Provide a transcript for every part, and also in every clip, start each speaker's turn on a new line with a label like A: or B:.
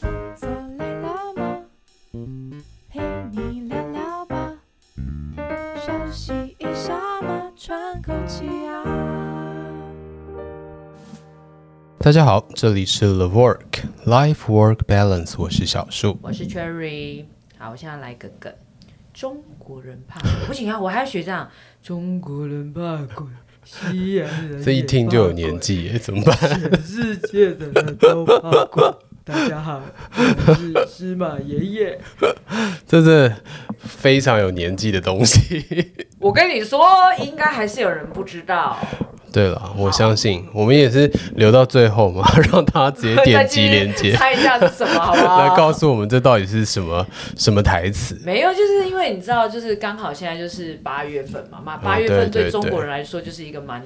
A: 坐累了吗？陪你聊聊吧，休息一下嘛，喘口气啊。
B: 大家好，这里是 The Work Life Work Balance，我是小树。
C: 我是 Cherry。好，我现在来个梗，中国人怕鬼，不行啊，我还要学这样，中国人怕鬼，西洋人
B: 这一
C: 也
B: 听
C: 怕
B: 就有
C: 鬼
B: 年，纪 耶，哎怎么办？
C: 全世界的人都怕鬼。大家好，我是司马爷爷。
B: 这是非常有年纪的东西。
C: 我跟你说，应该还是有人不知道，
B: 对了，我相信我们也是留到最后嘛， 让大家直接
C: 再
B: 点
C: 继
B: 击
C: 续
B: 链 接
C: 猜一下是什么，好 不
B: 来
C: 好？
B: 告诉我们这到底是什么什么台词。
C: 没有，就是因为你知道，就是刚好现在就是八月份嘛，嘛八月
B: 对
C: 份对
B: 啊对
C: 中
B: 对
C: 国人来说就是一个蛮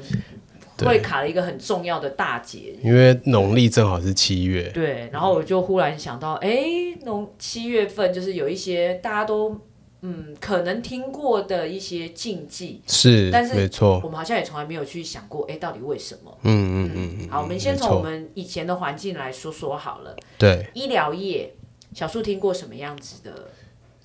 B: 对
C: 会卡了一个很重要的大节
B: 因为农历正好是七月，
C: 对，然后我就忽然想到，哎，农七月份就是有一些大家都嗯可能听过的一些禁忌，
B: 是
C: 但是
B: 没错
C: 我。们好像也从来没有去想过，哎，到底为什么？
B: 嗯嗯嗯嗯，
C: 好，我们先
B: 没
C: 从
B: 错
C: 我们以前的环境来说说好了。
B: 对
C: 医疗业，小树听过什么样子的？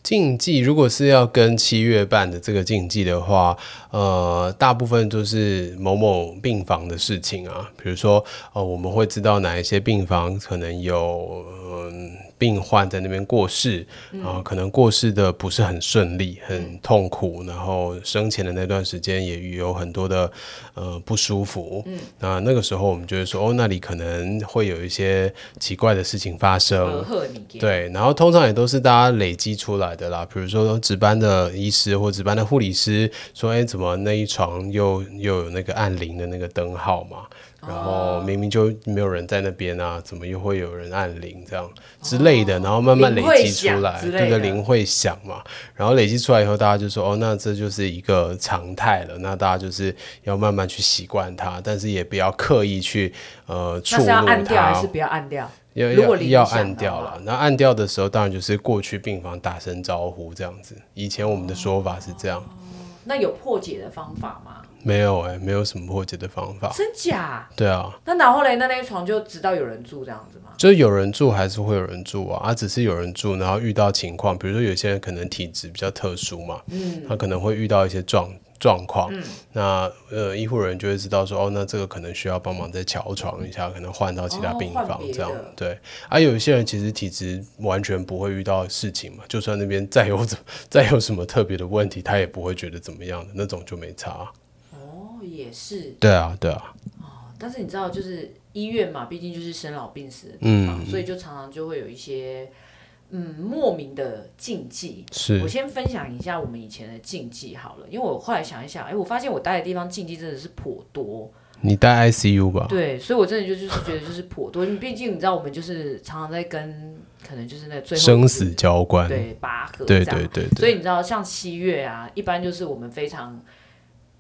B: 禁忌，如果是要跟七月半的这个禁忌的话，呃，大部分就是某某病房的事情啊，比如说，呃，我们会知道哪一些病房可能有嗯、病患在那边过世，然后可能过世的不是很顺利，很痛苦，然后生前的那段时间也有很多的呃不舒服，嗯，那那个时候我们就会说，哦，那里可能会有一些奇怪的事情发生，
C: 呃，赫你给
B: 对，然后通常也都是大家累积出来的啦。比如说值班的医师或值班的护理师说：“哎，怎么那一床又又有那个按铃的那个灯号嘛？然后
C: 哦
B: 明明就没有人在那边啊，怎么又会有人按铃这样之类的？”然后慢慢累
C: 哦铃会
B: 积出
C: 响
B: 来，
C: 之
B: 对
C: 类
B: 对，
C: 的
B: 铃会响嘛。然后累积出来以后，大家就说：“哦，那这就是一个常态了。”那大家就是要慢慢去习惯它，但是也不要刻意去呃触
C: 那是要按
B: 怒
C: 掉
B: 它
C: 还是不要按掉？
B: 要
C: 如果
B: 要
C: 理
B: 要
C: 想
B: 按
C: 的
B: 掉
C: 话
B: 了，那按掉的时候，当然就是过去病房打声招呼这样子。以前我们的说法是这样，
C: 哦那有破解的方法吗？
B: 没有哎、没有什么破解的方法。
C: 真假？
B: 对啊，
C: 那然后嘞，那那一床就直到有人住这样子吗？
B: 就有人住还是会有人住啊，啊，只是有人住，然后遇到情况，比如说有些人可能体质比较特殊嘛，
C: 嗯，
B: 他可能会遇到一些状状况，那呃，医护人员就会知道说，哦，那这个可能需要帮忙再瞧床一下，可能换到其他
C: 哦
B: 病
C: 换
B: 房
C: 别
B: 这样。
C: 的
B: 对，啊，有一些人其实体质完全不会遇到事情嘛，就算那边再有怎再有什么特别的问题，他也不会觉得怎么样的那种就没差。啊
C: 哦，也是。
B: 对啊，对啊，
C: 但是你知道，就是医院嘛，毕竟就是生老病死的地方，
B: 嗯，
C: 所以就常常就会有一些嗯莫名的禁忌。我
B: 是
C: 先分享一下我们以前的禁忌好了，因为我后来想一想，哎，我发现我待的地方禁忌真的是颇多，
B: 你待 ICU 吧？
C: 对，所以我真的就就是觉得就是颇多，因为毕竟你知道，我们就是常常在跟可能就是那最后
B: 生
C: 一
B: 死
C: 次
B: 交关。
C: 对拔河这
B: 对
C: 样，
B: 对对
C: 所
B: 对，
C: 以你知道，像七月啊，一般就是我们非常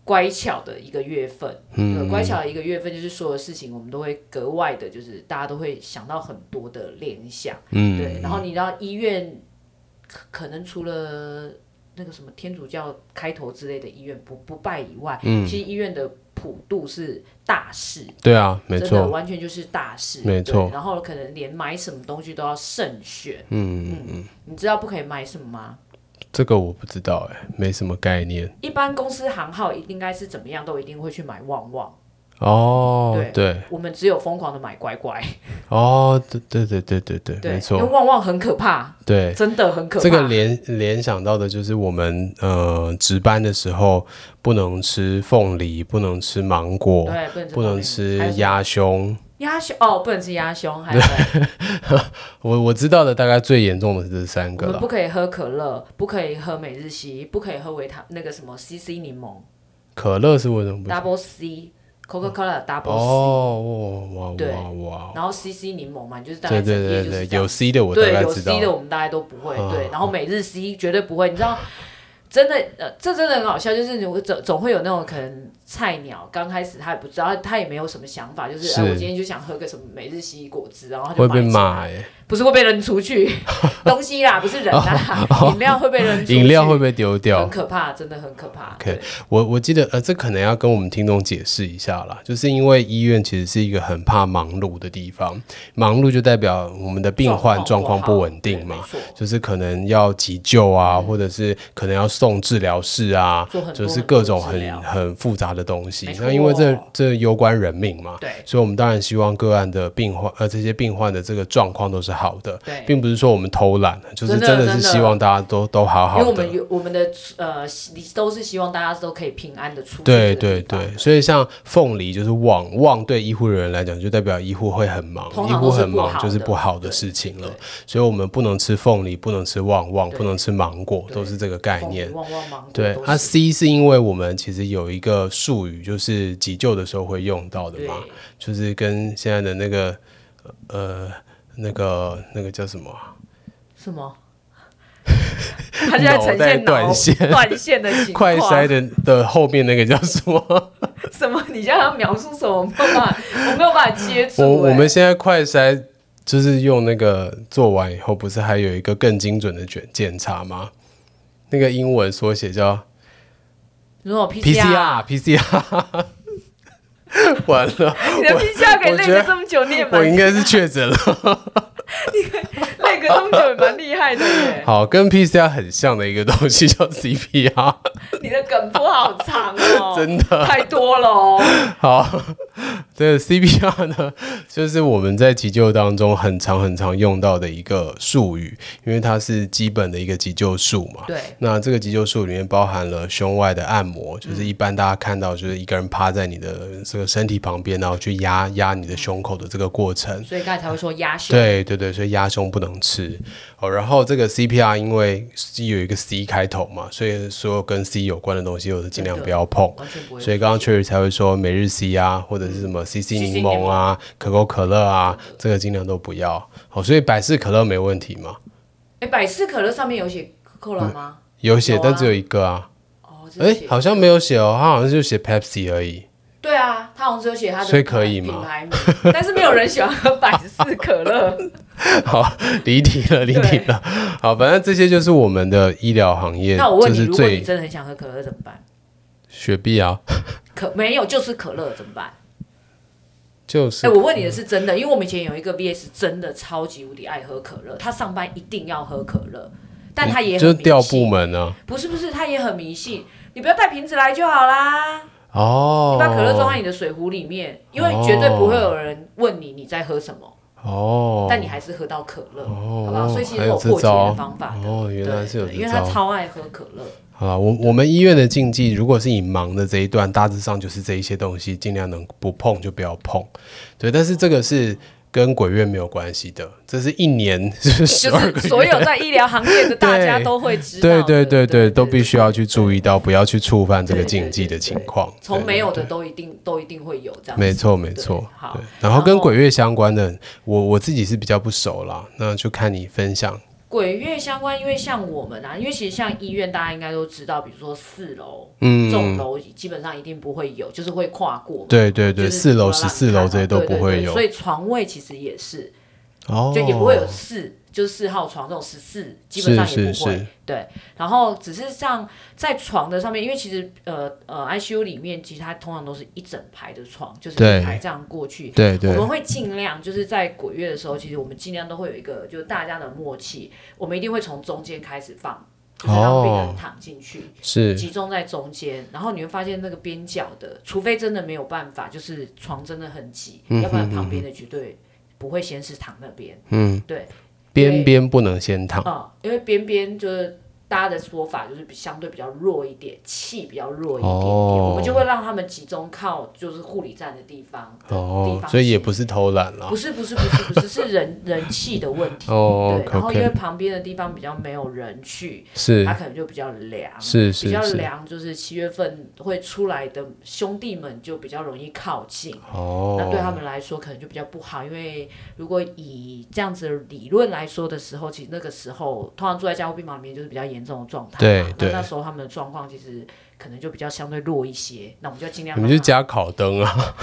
C: 乖巧的一个月份。嗯，乖巧的一个月份就是所有事情我们都会格外的，就是大家都会想到很多的联想。
B: 嗯
C: 对，然后你知道医院可可能除了那个什么天主教开头之类的医院不不拜以外，
B: 嗯
C: 其实医院的普渡是大事。
B: 对啊，没
C: 真的
B: 错，
C: 完全就是大事，
B: 没
C: 对
B: 错
C: 然后可能连买什么东西都要慎选。嗯嗯嗯，你知道不可以买什么吗？
B: 这个我不知道哎、没什么概念
C: 一般公司行号应该是怎么样都一定会去买旺旺，
B: 哦。
C: 对
B: 对，
C: 我们只有疯狂的买乖乖，
B: 哦，对对对对对对，
C: 对，
B: 没
C: 因为
B: 错，
C: 旺旺很可怕，
B: 对。
C: 真的很可怕。
B: 这个联联想到的就是我们呃值班的时候不能吃凤梨，不能吃芒果，
C: 对不能
B: 不能吃鸭胸。
C: 鸭胸哦，不能吃鸭胸，还 有嘞
B: 我我知道的大概最严重的是这三
C: 我
B: 个
C: 们
B: 了
C: 不。可以喝可乐，不可以喝每日昔，不可以喝维他那个什么 CC 柠檬
B: 可乐是为什么不行？
C: Double C Coca Cola Double C，
B: 哦，哇
C: 对
B: 哇哇哇！
C: 然后 CC 柠檬嘛，你就是大概
B: 对对
C: 整夜
B: 对
C: 就是
B: 对，
C: 这样
B: 有 C 的我大
C: 对，
B: 概
C: 有
B: 知道
C: C 的。我们大家都不会，
B: 啊
C: 对，然后每日 C 绝对不会，你知道。真的，呃，这真的很好笑，就是你会总总会有那种可能菜鸟刚开始他也不知道，他也没有什么想法，就是啊
B: 是
C: 哎，我今天就想喝个什么每日西果汁，然后他就
B: 会被
C: 买起来
B: 骂哎、
C: 不是会被扔 出去，东西啦，不是人啦，饮料会被扔出去，
B: 哦饮料会被丢掉
C: 很。可怕，真的很可怕。
B: OK
C: 对
B: 我我记得，呃，这可能要跟我们听众解释一下啦，就是因为医院其实是一个很怕忙碌的地方，忙碌就代表我们的病患状况不稳定嘛，，
C: 对没错嗯
B: 就是可能要急救啊，或者是可能要送治疗室啊
C: 做很，多
B: 就是各种
C: 很多治疗
B: 很很复杂的东西
C: 没。错
B: 那因为这这攸关人命嘛，
C: 对
B: 所以我们当然希望个案的病患呃这些病患的这个状况都是好的，
C: 对
B: 并不是说我们偷懒，就是
C: 真的
B: 真的是
C: 真的
B: 希望大家都都好
C: 因为
B: 好
C: 我
B: 的
C: 们。有我们的呃，你都是希望大家都可以平安的出去
B: 对
C: 这个
B: 对
C: 地方
B: 对，所以像凤梨就是旺旺，对医护人员来讲，就代表医护会很忙，
C: 通
B: 医
C: 常
B: 护
C: 都是
B: 很
C: 不
B: 忙
C: 好
B: 就是
C: 的
B: 不好的
C: 对
B: 事情了
C: 对。
B: 所以我们不能吃凤梨，不能吃旺旺，不
C: 对
B: 能吃芒果，都是这个概
C: 凤梨
B: 念。
C: 旺旺芒果
B: 对，
C: 都
B: 啊
C: 是
B: ，C 是因为我们其实有一个术语，就是急救的时候会用到的
C: 对
B: 嘛，就是跟现在的那个呃那个那个叫什么啊？
C: 什 么？他现在呈
B: 脑
C: 现
B: 袋断线
C: 脑断线的情况，
B: 快筛的的后面那个叫什么？
C: 什么？你现在要描述什么？我没有办法，我没有办法接住、
B: 我
C: 欸
B: 我们现在快筛就是用那个做完以后，不是还有一个更精准的检检查吗？那个英文缩写叫
C: 如果 PCR，
B: PCR PCR。完了，
C: 你的 PCR 可以
B: 我
C: 累
B: 觉得
C: 个这么久，你也蛮
B: 我应该是确诊了。
C: 累个这么久也蛮厉害的耶。
B: 好，跟 PCR 很像的一个东西叫 CPR。
C: 你的梗铺好长哦，
B: 真的
C: 太多 了哦。
B: 好，这个 CPR 呢，就是我们在急救当中很常很常用到的一个术语，因为它是基本的一个急救术嘛。
C: 对
B: 那这个急救术里面包含了胸外的按摩，就是一般大家看到就是一个人趴在你的这个身体旁边，然后去压压你的胸口的这个过程。
C: 所以刚才才会说压胸，
B: 对对对，所以压胸不能吃哦。然后这个 CPR 因为有一个 C 开头嘛，所以所有跟 C 有关的东西，我都尽量
C: 真的
B: 不要碰。
C: 完全不会。嗯
B: 所以刚刚 Cherry 才会说每日 C 啊，或者是什么 CC 柠檬啊、可口可乐啊，这个尽量都不要。好，所以百事可乐没问题嘛，
C: 哎，百事可乐上面有写可乐吗？
B: 有写，
C: 有啊
B: 但只有一个啊。
C: 哦，这
B: 嗯哎、
C: 是写
B: 好像没有写哦，他好像就写 Pepsi 而已。
C: 对啊，他好像只有写他的
B: 所以可以吗
C: 品牌名， 但是没有人喜欢喝百事 可乐。
B: 好，离题了，离题了。好，反正这些就是我们的医疗行业，
C: 那我问
B: 就
C: 你，
B: 是
C: 如果你
B: 最
C: 真的很想喝可乐怎么办？
B: 雪碧啊，
C: 可没有，就是可乐怎么办？
B: 就是、
C: 哎、我问你的是真的，因为我们以前有一个 VS 真的超级无敌爱喝可乐，他上班一定要喝可乐，但他也
B: 就
C: 很
B: 是
C: 迷信
B: 调部门啊。
C: 不是不是，他也很迷信，你不要带瓶子来就好啦，
B: 哦
C: 你，把可乐装在你的水壶里面，因为绝对不会有人问你你在喝什么，
B: 哦，
C: 但你还是喝到可乐，
B: 哦
C: 好不好？所以其实
B: 还有
C: 有
B: 这
C: 破解
B: 招
C: 的方法的。
B: 哦，原来
C: 对
B: 是有
C: 对
B: 这
C: 因为他
B: 招。
C: 超爱喝可乐，
B: 好啦，我我们医院的禁忌，如果是以忙的这一段，大致上就是这一些东西，尽量能不碰就不要碰。对，但是这个是跟鬼月没有关系的，这是一年 就是十
C: 就
B: 二个
C: 是
B: 月。
C: 所有在医疗行业的大家
B: 对
C: 都会知道
B: 对
C: 的，
B: 对对对，都必须要去
C: 意。
B: 注意到，不要去触犯这个禁忌的
C: 对对对
B: 情况。
C: 从
B: 对
C: 没有
B: 对
C: 的都一定都一定会有这样子。
B: 没错，没
C: 对
B: 错。
C: 好
B: 对，然后跟
C: 然后
B: 鬼月相关的，我我自己是比较不熟啦，那就看你分享。
C: 鬼月相关，因为像我们啊，因为其实像医院大家应该都知道，比如说四楼、这种
B: 嗯，
C: 楼基本上一定不会有，就是会跨过嘛。
B: 对对对，
C: 就是
B: 四楼、
C: 不要
B: 十
C: 让
B: 四
C: 你看
B: 楼
C: 到
B: 这些都
C: 对对
B: 不会
C: 对
B: 有
C: 所，以床位其实也是，
B: 哦，
C: 就也不会有四、就是四号床这种十四，基本上也
B: 是
C: 不会。
B: 是是，
C: 对，然后只是像在床的上面，因为其实呃呃 ICU 里面，其实它通常都是一整排的床，就是
B: 对
C: 一排这样过去。
B: 对对
C: 我。们会尽量就是在鬼月的时候，其实我们尽量都会有一个就是大家的默契，我们一定会从中间开始放，就是让病
B: 哦
C: 人躺进去，
B: 是
C: 集中在中间，然后你会发现那个边角的，除非真的没有办法，就是床真的很挤，
B: 嗯
C: 要不然旁边的绝对不会先是躺那边，嗯，对，
B: 边边不能先躺，
C: 嗯，因为边边就是。大家的说法就是比相对比较弱一点，气比较弱一点点，
B: 哦
C: 我们就会让他们集中靠就是护理站的地方的地
B: 哦，
C: 方
B: 所以也
C: 性
B: 不是偷懒啦
C: 不。是不是不是不是是人人气的问题。
B: 哦
C: 对，
B: ，OK
C: 然后因为
B: OK，
C: 旁边的地方比较没有人去，
B: 是
C: 它可能就比较凉，
B: 是
C: 比
B: 是
C: 较
B: 是，
C: 凉，就是七月份会出来的兄弟们就比较容易靠近。那
B: 哦，
C: 对他们来说可能就比较不好，因为如果以这样子的理论来说的时候，其实那个时候通常住在加护病房里面就是比较严重的状态嘛。
B: 对对
C: 那那时候他们的状况其实可能就比较相对弱一些，那我们就要尽量
B: 你们
C: 让
B: 就
C: 他们
B: 加烤灯啊，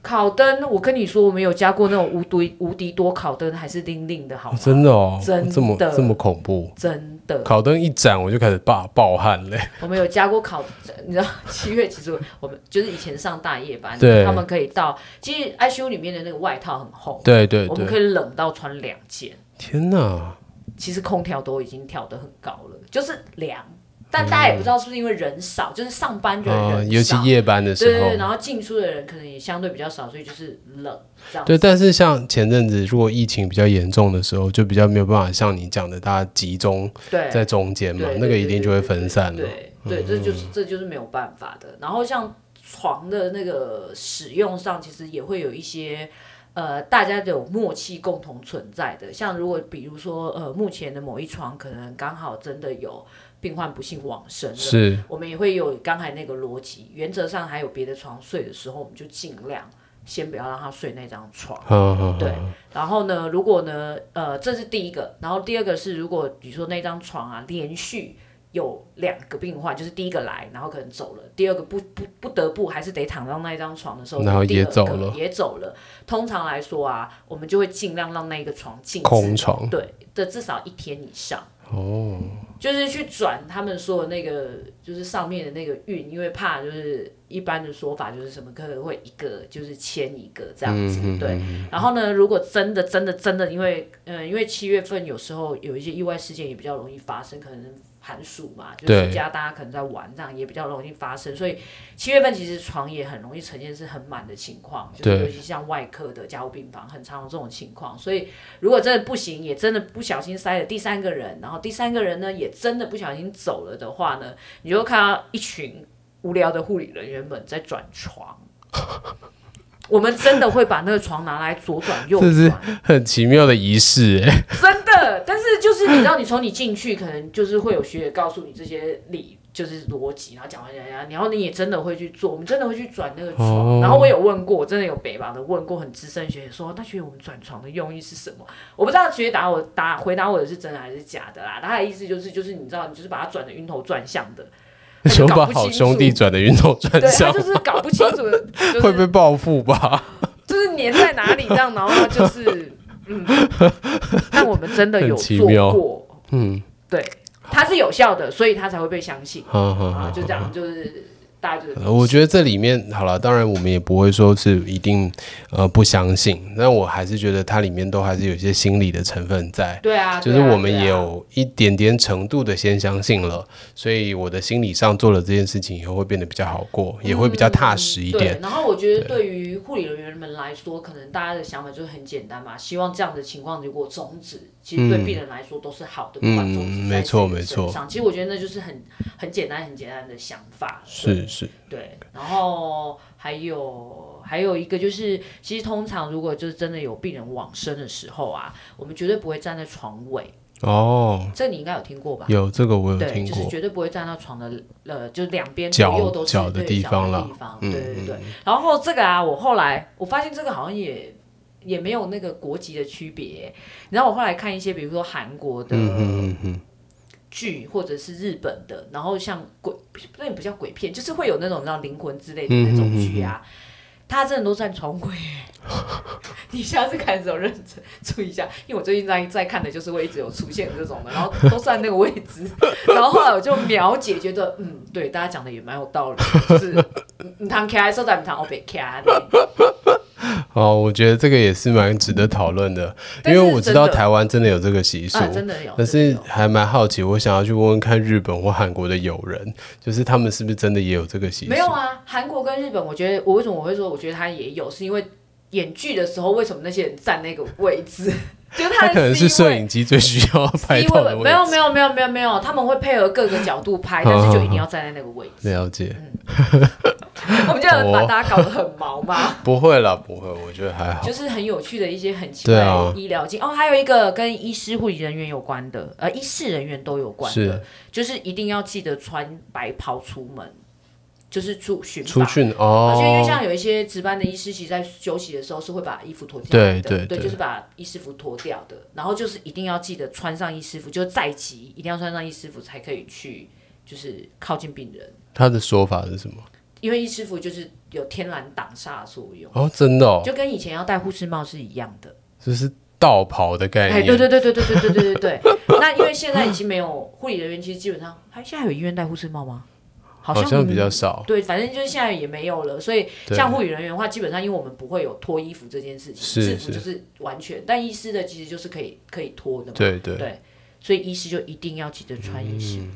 C: 烤灯，我跟你说，我们有加过那种无敌无敌多烤灯，还是零零的好
B: 哦
C: 吗？
B: 真的哦，
C: 真的
B: 这么这么恐怖。
C: 真的，
B: 烤灯一盏，我就开始爆暴汗 嘞。
C: 我们有加过烤，你知道七月其实我们就是以前上大夜班，
B: 对
C: 他们可以到，其实 ICU 里面的那个外套很厚，
B: 对对
C: 我
B: 对，
C: 们可以冷到穿两件，
B: 天哪！
C: 其实空调都已经调得很高了，就是凉，但大家也不知道是不是因为人少，就是上班的人
B: 啊、
C: 人
B: 尤其
C: 少
B: 夜班的
C: 对对
B: 时
C: 对，
B: 候。
C: 然后进出的人可能也相对比较少，所以就是冷这样。
B: 对，但是像前阵子，如果疫情比较严重的时候，就比较没有办法像你讲的，大家集中
C: 对
B: 在中间嘛
C: 对，
B: 那个
C: 对
B: 一
C: 对
B: 定就会
C: 对对
B: 分散了。
C: 对对，这就是这就是没有办法的。然后像床的那个使用上，其实也会有一些。呃，大家有默契共同存在的，像如果比如说，呃，目前的某一床可能刚好真的有病患不幸往生了，
B: 是，
C: 我们也会有刚才那个逻辑，原则上还有别的床睡的时候，我们就尽量先不要让他睡那张床。
B: 好好
C: 对，然后呢，如果呢，呃，这是第一个，然后第二个是，如果比如说那张床啊，连续有两个病患，就是第一个来，然后可能走了，第二个不不不得不还是得躺到那一张床的时候，
B: 然后
C: 第二
B: 也
C: 个
B: 走了
C: 也走了。通常来说啊，我们就会尽量让那一个床静置
B: 空床
C: 对的，至少一天以上。哦，就是去转他们说的那个，就是上面的那个运，因为怕就是一般的说法就是什么可能会一个就是签一个这样子，对。然后呢，如果真的真的真的，因为呃，因为七月份有时候有一些意外事件也比较容易发生，可能寒暑嘛，就
B: 对
C: 是家大家可能在玩这样也比较容易发生，所以七月份其实床也很容易呈现是很满的情况，就是
B: 对
C: 尤其像外科的加护病房很常有这种情况，所以如果真的不行，也真的不小心塞了第三个人，然后第三个人呢也真的不小心走了的话呢，你就会看到一群无聊的护理人员们在转 床。我们真的会把那个床拿来左转右
B: 这是
C: 转，
B: 很奇妙的仪式哎。
C: 真的。但是就是你知道，你从你进去，可能就是会有学姐告诉你这些理，就是逻辑，然后讲完讲讲，然后你也真的会去做，我们真的会去转那个床。
B: 哦
C: 然后我有问过，我真的有北方的问过很资深的学姐说，那学姐我们转床的用意是什么？我不知道学姐答我答回答我的是真的还是假的啦。她的意思就是就是你知道，你就是把它转的晕头转向的， 她就
B: 手
C: 搞
B: 把
C: 不
B: 好
C: 清
B: 兄
C: 楚
B: 弟转的晕头转
C: 对，
B: 向
C: 她，就是搞不清楚的，就是
B: 会被报复吧？
C: 就是粘在哪里这样，然后 就是嗯，但我们真的有
B: 很奇
C: 做
B: 妙
C: 过，
B: 嗯，
C: 对，它是有效的，所以它才会被相信
B: 好好
C: 啊，
B: 好
C: 就。这样，就是大家就是
B: 呃我觉得这里面好了，当然我们也不会说是一定呃不相信，但我还是觉得它里面都还是有一些心理的成分在，
C: 对啊，
B: 就是
C: 对啊
B: 我们
C: 对啊
B: 也有一点点程度的先相信了，所以我的心理上做了这件事情以后会变得比较好过，也会比较踏实一
C: 嗯对
B: 点，。
C: 然后我觉得对于护理人员们来说，可能大家的想法就是很简单嘛，希望这样的情况如果终止，其实对病人来说都是好的，不管
B: 嗯
C: 终止在
B: 没错
C: 谁的
B: 没错
C: 身上。其实我觉得那就是很很简单、很简单的想法，对
B: 是是，
C: 对，然后还有还有一个就是，其实通常如果就是真的有病人往生的时候啊，我们绝对不会站在床尾，
B: 哦，
C: 这你应该有听过吧？
B: 有这个我有
C: 对，
B: 听
C: 就是
B: 过，
C: 绝对不会站到床的呃，就是两边左右都是
B: 脚脚的
C: 对
B: 地方
C: 脚
B: 啦嗯
C: 的地方，对对对。然后这个啊，我后来我发现这个好像也也没有那个国籍的区别。然后我后来看一些，比如说韩国的
B: 嗯嗯嗯
C: 剧或者是日本的，然后像鬼，那也不叫鬼片，就是会有那种你知道灵魂之类的那种剧啊，他真的都站床尾耶。你下次看的时候认真注意一下，因为我最近在在看的就是会一直有出现这种的，然后都站那个位置，然后后来我就秒解，觉得嗯，对，大家讲的也蛮有道理，就是你躺开，手在你躺，我被开，
B: 嗯，哦，我觉得这个也是蛮值得讨论的，因
C: 但
B: 为
C: 是
B: 我知道
C: 真的
B: 台湾真的有这个习俗
C: 啊，，真的有，
B: 但
C: 真的
B: 是
C: 有
B: 还蛮好奇，我想要去问问看日本或韩国的友人，就是他们是不是真的也有这个习俗？
C: 没有啊，韩国跟日本，我觉得我为什么我会说，我觉得他也有，是因为演剧的时候，为什么那些人占那个位置？ 就是
B: 他
C: 的
B: 可能
C: C
B: 是摄
C: 位
B: 影机最需要拍
C: C
B: 到的
C: 位
B: 位置。
C: 没有没有没有没有没有，他们会配合各个角度拍，但是就一定要站在那个位置。
B: 了解，
C: 我们就
B: 哦
C: 把大家搞得很毛 嘛，
B: 不会啦，不会，我觉得还好
C: 就。是很有趣的一些很奇
B: 对
C: 怪
B: 啊
C: 的医疗经、哦，还有一个跟医师护理人员有关的，呃，医事人员都有关
B: 是
C: 的，就是一定要记得穿白袍出门，就是出巡
B: 出
C: 访
B: 去
C: 而且因为
B: 哦，
C: 像有一些值班的医师，其实在休息的时候是会把衣服脱掉
B: 对
C: 的，
B: 对对
C: 就是把医师服脱掉的。然后就是一定要记得穿上医师服，就是在急一定要穿上医师服才可以去，就是靠近病人，
B: 他的说法是什么？
C: 因为医师服就是有天然挡煞的作用，
B: 哦，真的、哦，
C: 就跟以前要戴护士帽是一样的。
B: 就是道袍的概
C: 哎，
B: 念。
C: 对对对对对对对对对对。 那因为现在已经没有护理人员，其实基本上，还现在还有医院戴护士帽吗？好
B: 好
C: 像嗯
B: 像比较少。
C: 对，反正就是现在也没有了。所以
B: 哦对
C: 像护理人员的话，基本上因为我们不会有脱衣服这件事情，
B: 是
C: 制服就是完全，但医师的其实就是可以可以脱的嘛。
B: 对对，
C: 对，所以医师就一定要记得穿医师。
B: 嗯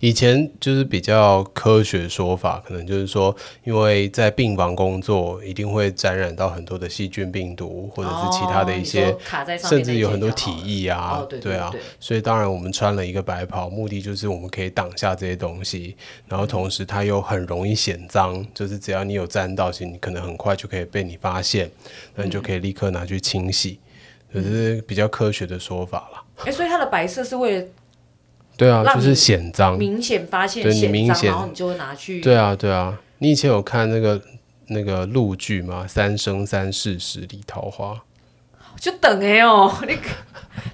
B: 以前就是比较科学说法，可能就是说，因为在病房工作，一定会沾染到很多的细菌、病毒，或者是其他的
C: 哦
B: 一
C: 你
B: 些，
C: 说卡在上
B: 甚
C: 面那
B: 至
C: 一
B: 有
C: 节
B: 很多
C: 就
B: 体
C: 好了
B: 液啊，
C: 哦，对对
B: 啊。
C: 对
B: 所以当然，我们穿了一个白袍，目的就是我们可以挡下这些东西，然后同时它又很容易显脏，就是只要你有沾到，其实你可能很快就可以被你发现，那你就可以立刻拿去清洗，就是比较科学的说法啦。
C: 哎、所以它的白色是为
B: 对啊，
C: 让
B: 就
C: 你
B: 是显
C: 了
B: 脏。
C: 明显发现
B: 对你
C: 显
B: 明
C: 脏，
B: 显
C: 然后你就会拿去
B: 对啊，对啊，你以前有看那个那个陆剧吗？《三生三世十里桃花》。
C: 就等哎哦，你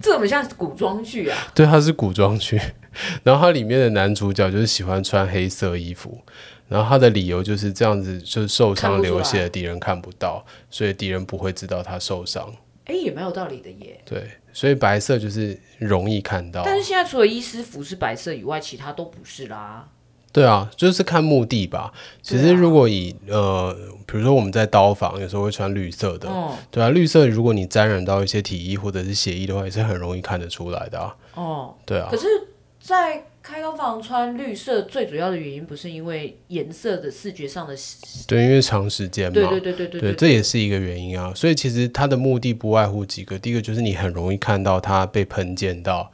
C: 这怎么像古装剧啊？
B: 对，它是古装剧， 然后它里面的男主角就是喜欢穿黑色衣服，然后他的理由就是这样子，就是受
C: 看
B: 伤
C: 不出
B: 流血，
C: 来
B: 敌人看不到，所以敌人不会知道他受伤。
C: 哎、也蛮有道理的耶。
B: 对，所以白色就是容易看到。
C: 但是现在除了医师服是白色以外，其他都不是啦。
B: 对啊，就是看目的吧。其
C: 对
B: 实
C: 啊
B: 如果以、呃，比如说我们在刀房有时候会穿绿色的，
C: 嗯，
B: 对啊，绿色如果你沾染到一些体液或者是血液的话，也是很容易看得出来的啊。
C: 哦，
B: 对啊
C: 可，是，在开刀房穿绿色，最主要的原因不是因为颜色的视觉上的，
B: 对，因为长时间嘛，
C: 对对对对对
B: 对，这也是一个原因啊。所以其实它的目的不外乎几个，第一个就是你很容易看到它被喷溅
C: 哦
B: 到，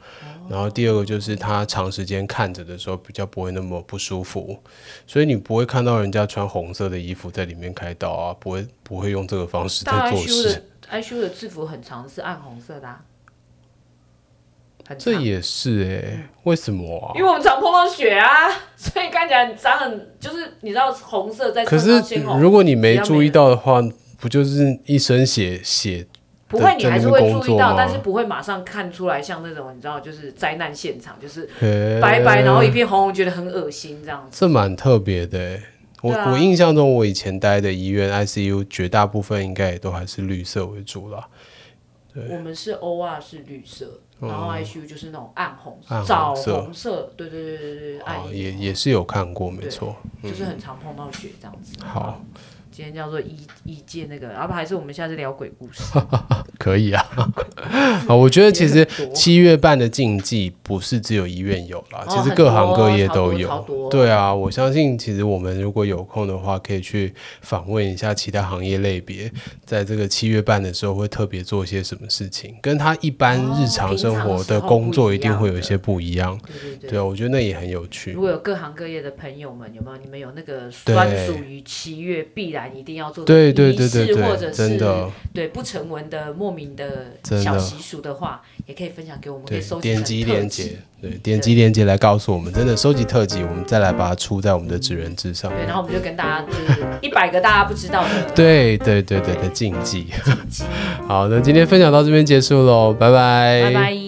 B: 然后第二个就是它长时间看着的时候比较不会那么不舒服，所以你不会看到人家穿红色的衣服在里面开刀啊，不会不会用这个方式
C: 大
B: 在做
C: ICU
B: 事
C: 的。ICU 的制服很长是暗红色的、啊，很
B: 这
C: 长
B: 也是哎、为什么啊
C: 嗯因？为我们常碰到血啊， 所以看起来很脏，很就是你知道红色在
B: 可
C: 身上
B: 是
C: 鲜红，
B: 如果你没
C: 比较
B: 注意
C: 没
B: 到的话，不就是一身血血
C: 不会你
B: 在
C: 还
B: 那
C: 是
B: 边
C: 会
B: 工
C: 注意
B: 作吗啊
C: 到，但是不会马上看出来，像那种你知道就是灾难现场，就是
B: 嘿
C: 白白然后一片红红，觉得很恶心这样子。
B: 这蛮特别的欸。我、
C: 对啊
B: 我印象中，我以前待的医院 ICU 绝大部分应该也都还是绿色为主啦。
C: 我们是 OR 是绿色，然后 ICU 就是那种暗红
B: 哦暗红
C: 枣
B: 色
C: 红色，对对对对对对，暗
B: 哦，也嗯
C: 一
B: 也是有看过，没错。
C: 就是很常碰到血这样子。
B: 好，
C: 今天叫做医医界那个，要啊不还是我们下次聊鬼 故事。
B: 可以啊。 好，我觉得其实
C: 也很多
B: 七月半的禁忌不是只有医院有啦，
C: 哦
B: 其实各行各业都
C: 很多超
B: 有。
C: 多
B: 对啊，我相信其实我们如果有空的话，可以去访问一下其他行业类别，在这个七月半的时候会特别做些什么事情，跟他一般
C: 哦
B: 日常生活的工作一定会有一些不一样。
C: 对对对
B: 对啊，我觉得那也很有趣
C: 如。果有各行各业的朋友们，有没有你们有那个专属于七月必然一定要做的
B: 对对
C: 仪
B: 对对
C: 式，或
B: 对，
C: 者
B: 真
C: 是
B: 的，
C: 对不成文的莫名的
B: 真的
C: 小习俗的话，也可以分享给我们，可
B: 对
C: 以，收集
B: 点
C: 成
B: 击
C: 特
B: 链
C: 辑
B: 接，对，点击链接来告诉我们，真的收集特辑，我们再来把它出在我们的纸人志上
C: 对，
B: 面。
C: 然后我们就跟大家就是一百个大家不知道的
B: 对 对对对的禁忌。好，那今天分享到这边结束喽，拜拜，
C: 拜拜。